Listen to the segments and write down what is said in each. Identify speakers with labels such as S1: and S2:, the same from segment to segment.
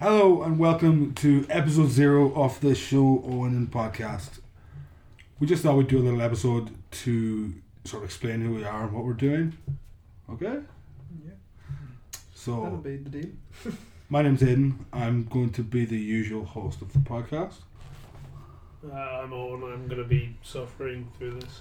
S1: Hello and welcome to episode zero of the Show On and podcast. We just thought we'd do a little episode to sort of explain who we are and what we're doing. Okay?
S2: Yeah. That'll
S1: So,
S2: be the deal.
S1: my name's Aiden. I'm going to be the usual host of the podcast.
S3: Uh, I'm on. I'm going to be suffering through this.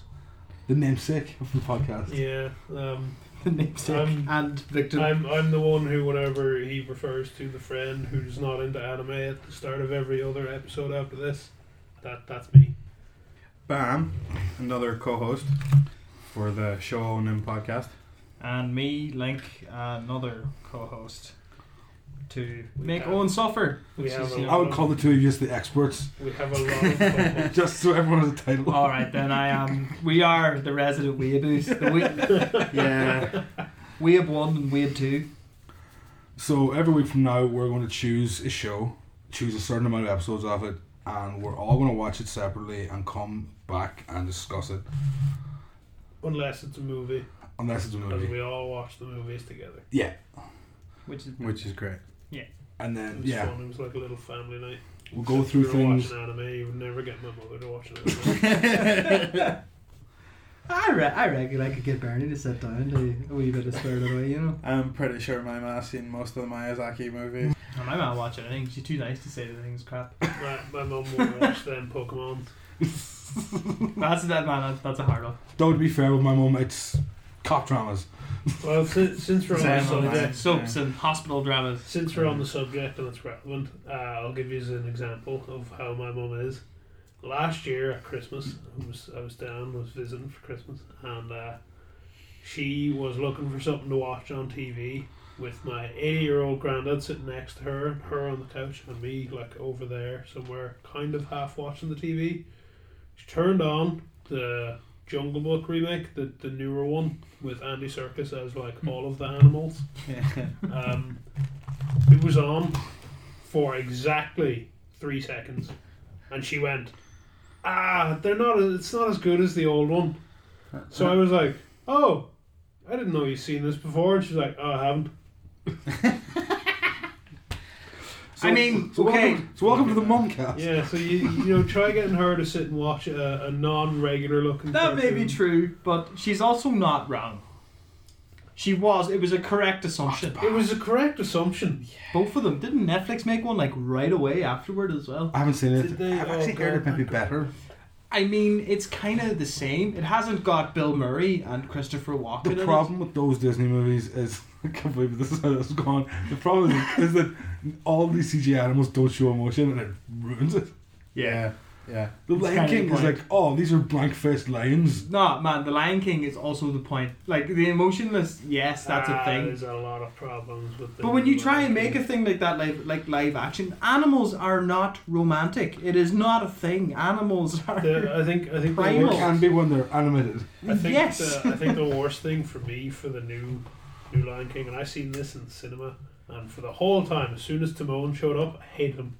S1: The namesake of the podcast.
S3: Yeah, um,
S2: The namesake
S3: I'm-
S2: and victim.
S3: I'm I'm the one who, whenever he refers to the friend who's not into anime at the start of every other episode after this, that that's me.
S4: Bam, another co-host for the Show On In podcast.
S5: and me, Link, another co-host, to
S3: We
S5: make
S3: have-
S5: Owen suffer.
S3: we
S5: which
S3: have
S5: is,
S3: a
S5: you
S3: lot
S1: I
S5: know-
S1: would call the two of you just the experts,
S3: We have a lot of fun.
S1: just so everyone has a title.
S5: All right, then I am. We are the resident weeaboos. The we-
S4: Yeah,
S5: weeb one and weeb two.
S1: So every week from now, we're going to choose a show, choose a certain amount of episodes of it, and we're all going to watch it separately and come back and discuss it,
S3: unless it's a movie,
S1: unless it's a
S3: because
S1: movie.
S3: we all watch the movies together.
S1: Yeah,
S5: Which is
S4: which is great.
S1: and
S3: It
S1: then
S3: was
S1: yeah,
S3: fun. It was like a little family night.
S1: we'll go
S3: If
S1: through
S3: we were
S1: things.
S3: Watching anime, you would never get my mother to watch anime.
S2: I, re- I reckon I could get Bernie to sit down to a wee bit of squared away, you know.
S4: I'm pretty sure my ma's seen most of the Miyazaki movies.
S5: I might not watch it. I think she's too nice to say the things crap.
S3: my my mum would watch them Pokemon.
S5: That's that man. That's, that's a hard one.
S1: Though to be fair with my mum, it's cop dramas.
S3: Well, since, since we're on the
S4: Same on mine.
S3: subject,
S5: Soaps and hospital dramas.
S3: Since we're on the subject and it's relevant, uh, I'll give you an example of how my mum is. Last year at Christmas, I was I was down, was visiting for Christmas, and uh, she was looking for something to watch on TV with my eighty year old granddad sitting next to her, and her on the couch, and me like over there somewhere, kind of half watching the TV. She turned on the Jungle Book remake, the the newer one with Andy Serkis as like all of the animals. Um, it was on for exactly three seconds, and she went, "Ah, they're not. It's not as good as the old one." So I was like, "Oh, I didn't know you'd seen this before." And she's like, "Oh, I haven't."
S5: I mean,
S1: so
S5: okay.
S1: Welcome, so welcome to the mumcast.
S3: Yeah. So you you know try getting her to sit and watch a, a non regular looking.
S5: That may be
S3: cartoon.
S5: true, but she's also not wrong. She was. It was a correct assumption.
S3: It was a correct assumption.
S5: Both of them. Didn't Netflix make one like right away afterward as well?
S1: I haven't seen it.
S3: Did they-
S1: I've actually
S3: oh,
S1: heard it
S3: God.
S1: might be better.
S5: I mean, it's kind of the same. It hasn't got Bill Murray and Christopher Walken. in
S1: The
S5: it.
S1: problem with those Disney movies is I can't believe this is how this is gone. The problem is, is that all these CG animals don't show emotion and it ruins it.
S4: Yeah, yeah.
S1: The
S5: It's
S1: Lion
S5: kind of
S1: King
S5: the
S1: is
S5: point.
S1: like, oh, these are blank faced lions.
S5: No, man, The Lion King is also the point. Like the emotionless, yes, that's
S3: Ah,
S5: a thing.
S3: There's a lot of problems with. The
S5: But when you try and make a thing like that, like like live action, animals are not romantic. It is not a thing. Animals are.
S3: The, I think I think the
S1: They
S5: Primal.
S3: worst-
S1: can be when they're animated.
S3: I think
S5: Yes.
S3: the, I think the worst thing for me for the new new Lion King, and I seen this in the cinema, and for the whole time, as soon as Timon showed up, I hated him,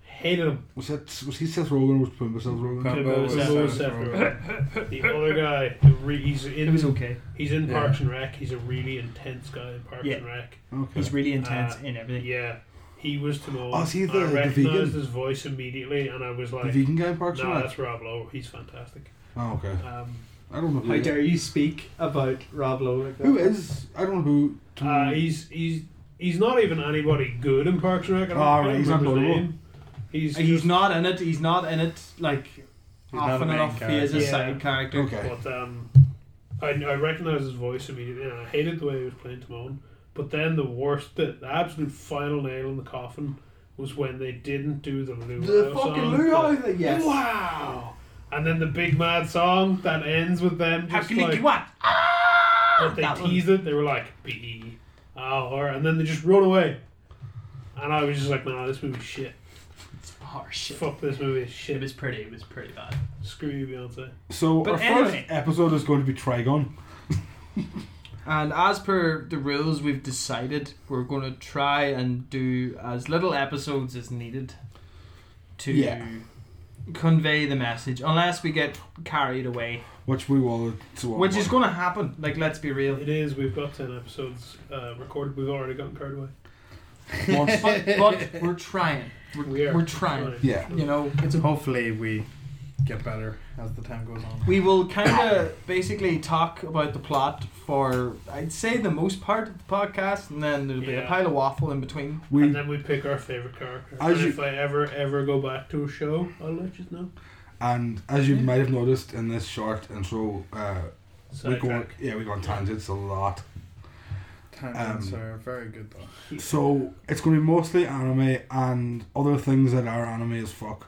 S3: hated him.
S1: Was that was he Seth Rogen or was Pumbaa Seth Rogen?
S3: Timon
S4: Pumba
S3: was
S4: was
S3: Timon
S4: Seth
S3: Seth Rogen. The other guy, who re, he's
S5: It
S3: in
S5: was okay.
S3: he's in
S4: Yeah.
S3: Parks and Rec. He's a really intense guy in Parks
S5: Yeah.
S3: and Rec.
S1: Okay.
S5: He's really intense
S3: Uh,
S5: in everything.
S3: Yeah, he was Timon.
S1: Oh, is he
S3: and
S1: the-
S3: I
S1: the
S3: recognized
S1: vegan?
S3: his voice immediately, and I was
S1: The
S3: like,
S1: vegan guy in Parks and
S3: "No,
S1: Rec.
S3: that's Rob Lowe. He's fantastic."
S1: Oh, okay.
S3: Um,
S1: I don't know
S2: How
S1: who.
S2: dare you speak about Rob Lowe like that?
S1: Who is? I don't know who.
S5: Hmm.
S3: Uh, he's he's he's not even anybody good in Parks and Rec. I don't-
S1: Ah,
S3: I don't
S1: right, he's
S3: remember his
S1: unbelievable.
S3: name. He's,
S5: He's
S3: just-
S5: not in it. He's not in it. Like
S4: not a
S5: often
S4: main
S5: enough, he is a
S3: character.
S5: side character.
S1: Okay.
S3: But um, I I recognised his voice immediately, and I hated the way he was playing Timon. But then the worst, the, the absolute final nail in the coffin was when they didn't do the luau
S5: The
S3: song.
S5: fucking Luau. thing, Yes.
S3: Wow. And then the big mad song that ends with them just like,
S5: Hakilikikwa.
S3: but they
S5: That one.
S3: teased it. They were like, "Be," oh, or and then they just run away. And I was just like, "Nah, this movie's shit.
S5: Oh shit.
S3: Fuck this movie, is
S5: It
S3: shit.
S5: was pretty. It was pretty bad.
S3: Screw you, Beyonce."
S1: So
S5: But
S1: our
S5: anyway.
S1: first episode is going to be Trigon.
S5: And as per the rules we've decided, we're going to try and do as little episodes as needed to
S1: Yeah.
S5: convey the message, unless we get carried away,
S1: Which we will. So
S5: which is going to happen. Like, let's be real.
S3: It is. We've got ten episodes uh, recorded. We've already gotten carried away.
S1: Once.
S5: But, but we're trying. We're,
S3: We are
S5: we're trying.
S1: yeah.
S5: You know,
S2: It's a
S4: Hopefully, we get better as the time goes on.
S5: we will kind of basically talk about the plot for, I'd say, the most part of the podcast, and then there'll be a
S3: Yeah.
S5: pile of waffle in between.
S1: We
S3: and then we pick our favorite character.
S1: As
S3: And
S1: you-
S3: if I ever ever go back to a show, I'll let you know.
S1: and as you might have noticed in this short intro, uh, we go on,
S3: Sidetrack.
S1: yeah we go on tangents a lot.
S4: Tangents
S1: Um,
S4: are very good though.
S1: So it's going to be mostly anime and other things that are anime as fuck.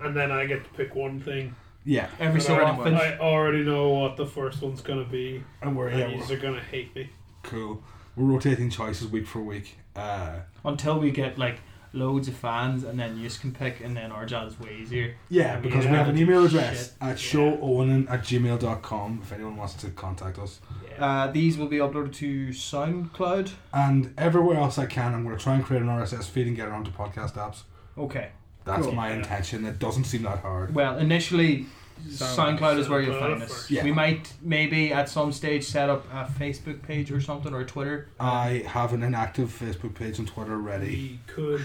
S3: And then I get to pick one thing.
S1: Yeah,
S5: Every
S3: But
S5: so
S3: I,
S5: often.
S3: I already know what the first one's gonna be.
S1: and we're yeah
S3: And
S1: we're,
S3: yous are gonna hate me.
S1: cool. We're rotating choices week for week. Uh,
S5: until we get like loads of fans and then you can pick and then our job's way easier
S1: yeah,
S5: Yeah,
S1: because
S5: we
S1: we have an
S5: have
S1: email
S5: to-
S1: address
S5: shit,
S1: at showowen at gmail.com if anyone wants to contact us.
S5: uh, these will be uploaded to soundcloud
S1: And everywhere else I can, I'm going to try and create an RSS feed and get it onto podcast apps.
S5: okay
S1: That's
S4: Cool.
S1: my
S3: Yeah.
S1: intention. It doesn't seem that hard.
S5: well initially
S4: Sound-
S5: soundcloud, is where you'll
S3: SoundCloud
S5: find us
S3: first.
S1: Yeah.
S5: we might maybe at some stage set up a facebook page or something or twitter
S3: Uh,
S1: I have an inactive Facebook page and Twitter ready.
S3: We could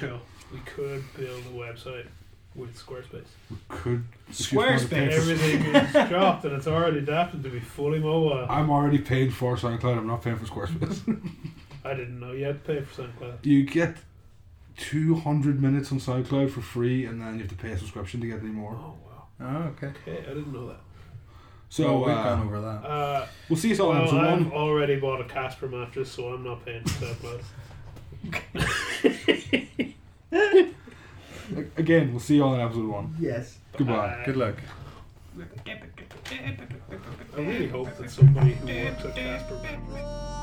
S3: we could build a website with Squarespace.
S1: Could
S5: Squarespace.
S3: Everything is dropped and it's already adapted to be fully mobile.
S1: I'm already paying for SoundCloud. I'm not paying for Squarespace.
S3: I didn't know you had to pay for SoundCloud.
S1: you get 200 minutes on SoundCloud for free, and then you have to pay a subscription to get any
S3: Oh
S1: more.
S3: wow.
S4: Oh, okay.
S3: Okay, I didn't know that.
S1: So
S4: Well, we've
S1: uh,
S4: gone over that.
S3: Uh,
S1: we'll see you all
S3: well,
S1: in episode
S3: I've
S1: one.
S3: already bought a Casper mattress, so I'm not paying for SoundCloud.
S1: Again, we'll see you all in episode one.
S2: yes.
S1: Goodbye.
S3: Bye.
S4: Good luck.
S3: I really hope that somebody who works at Casper mattress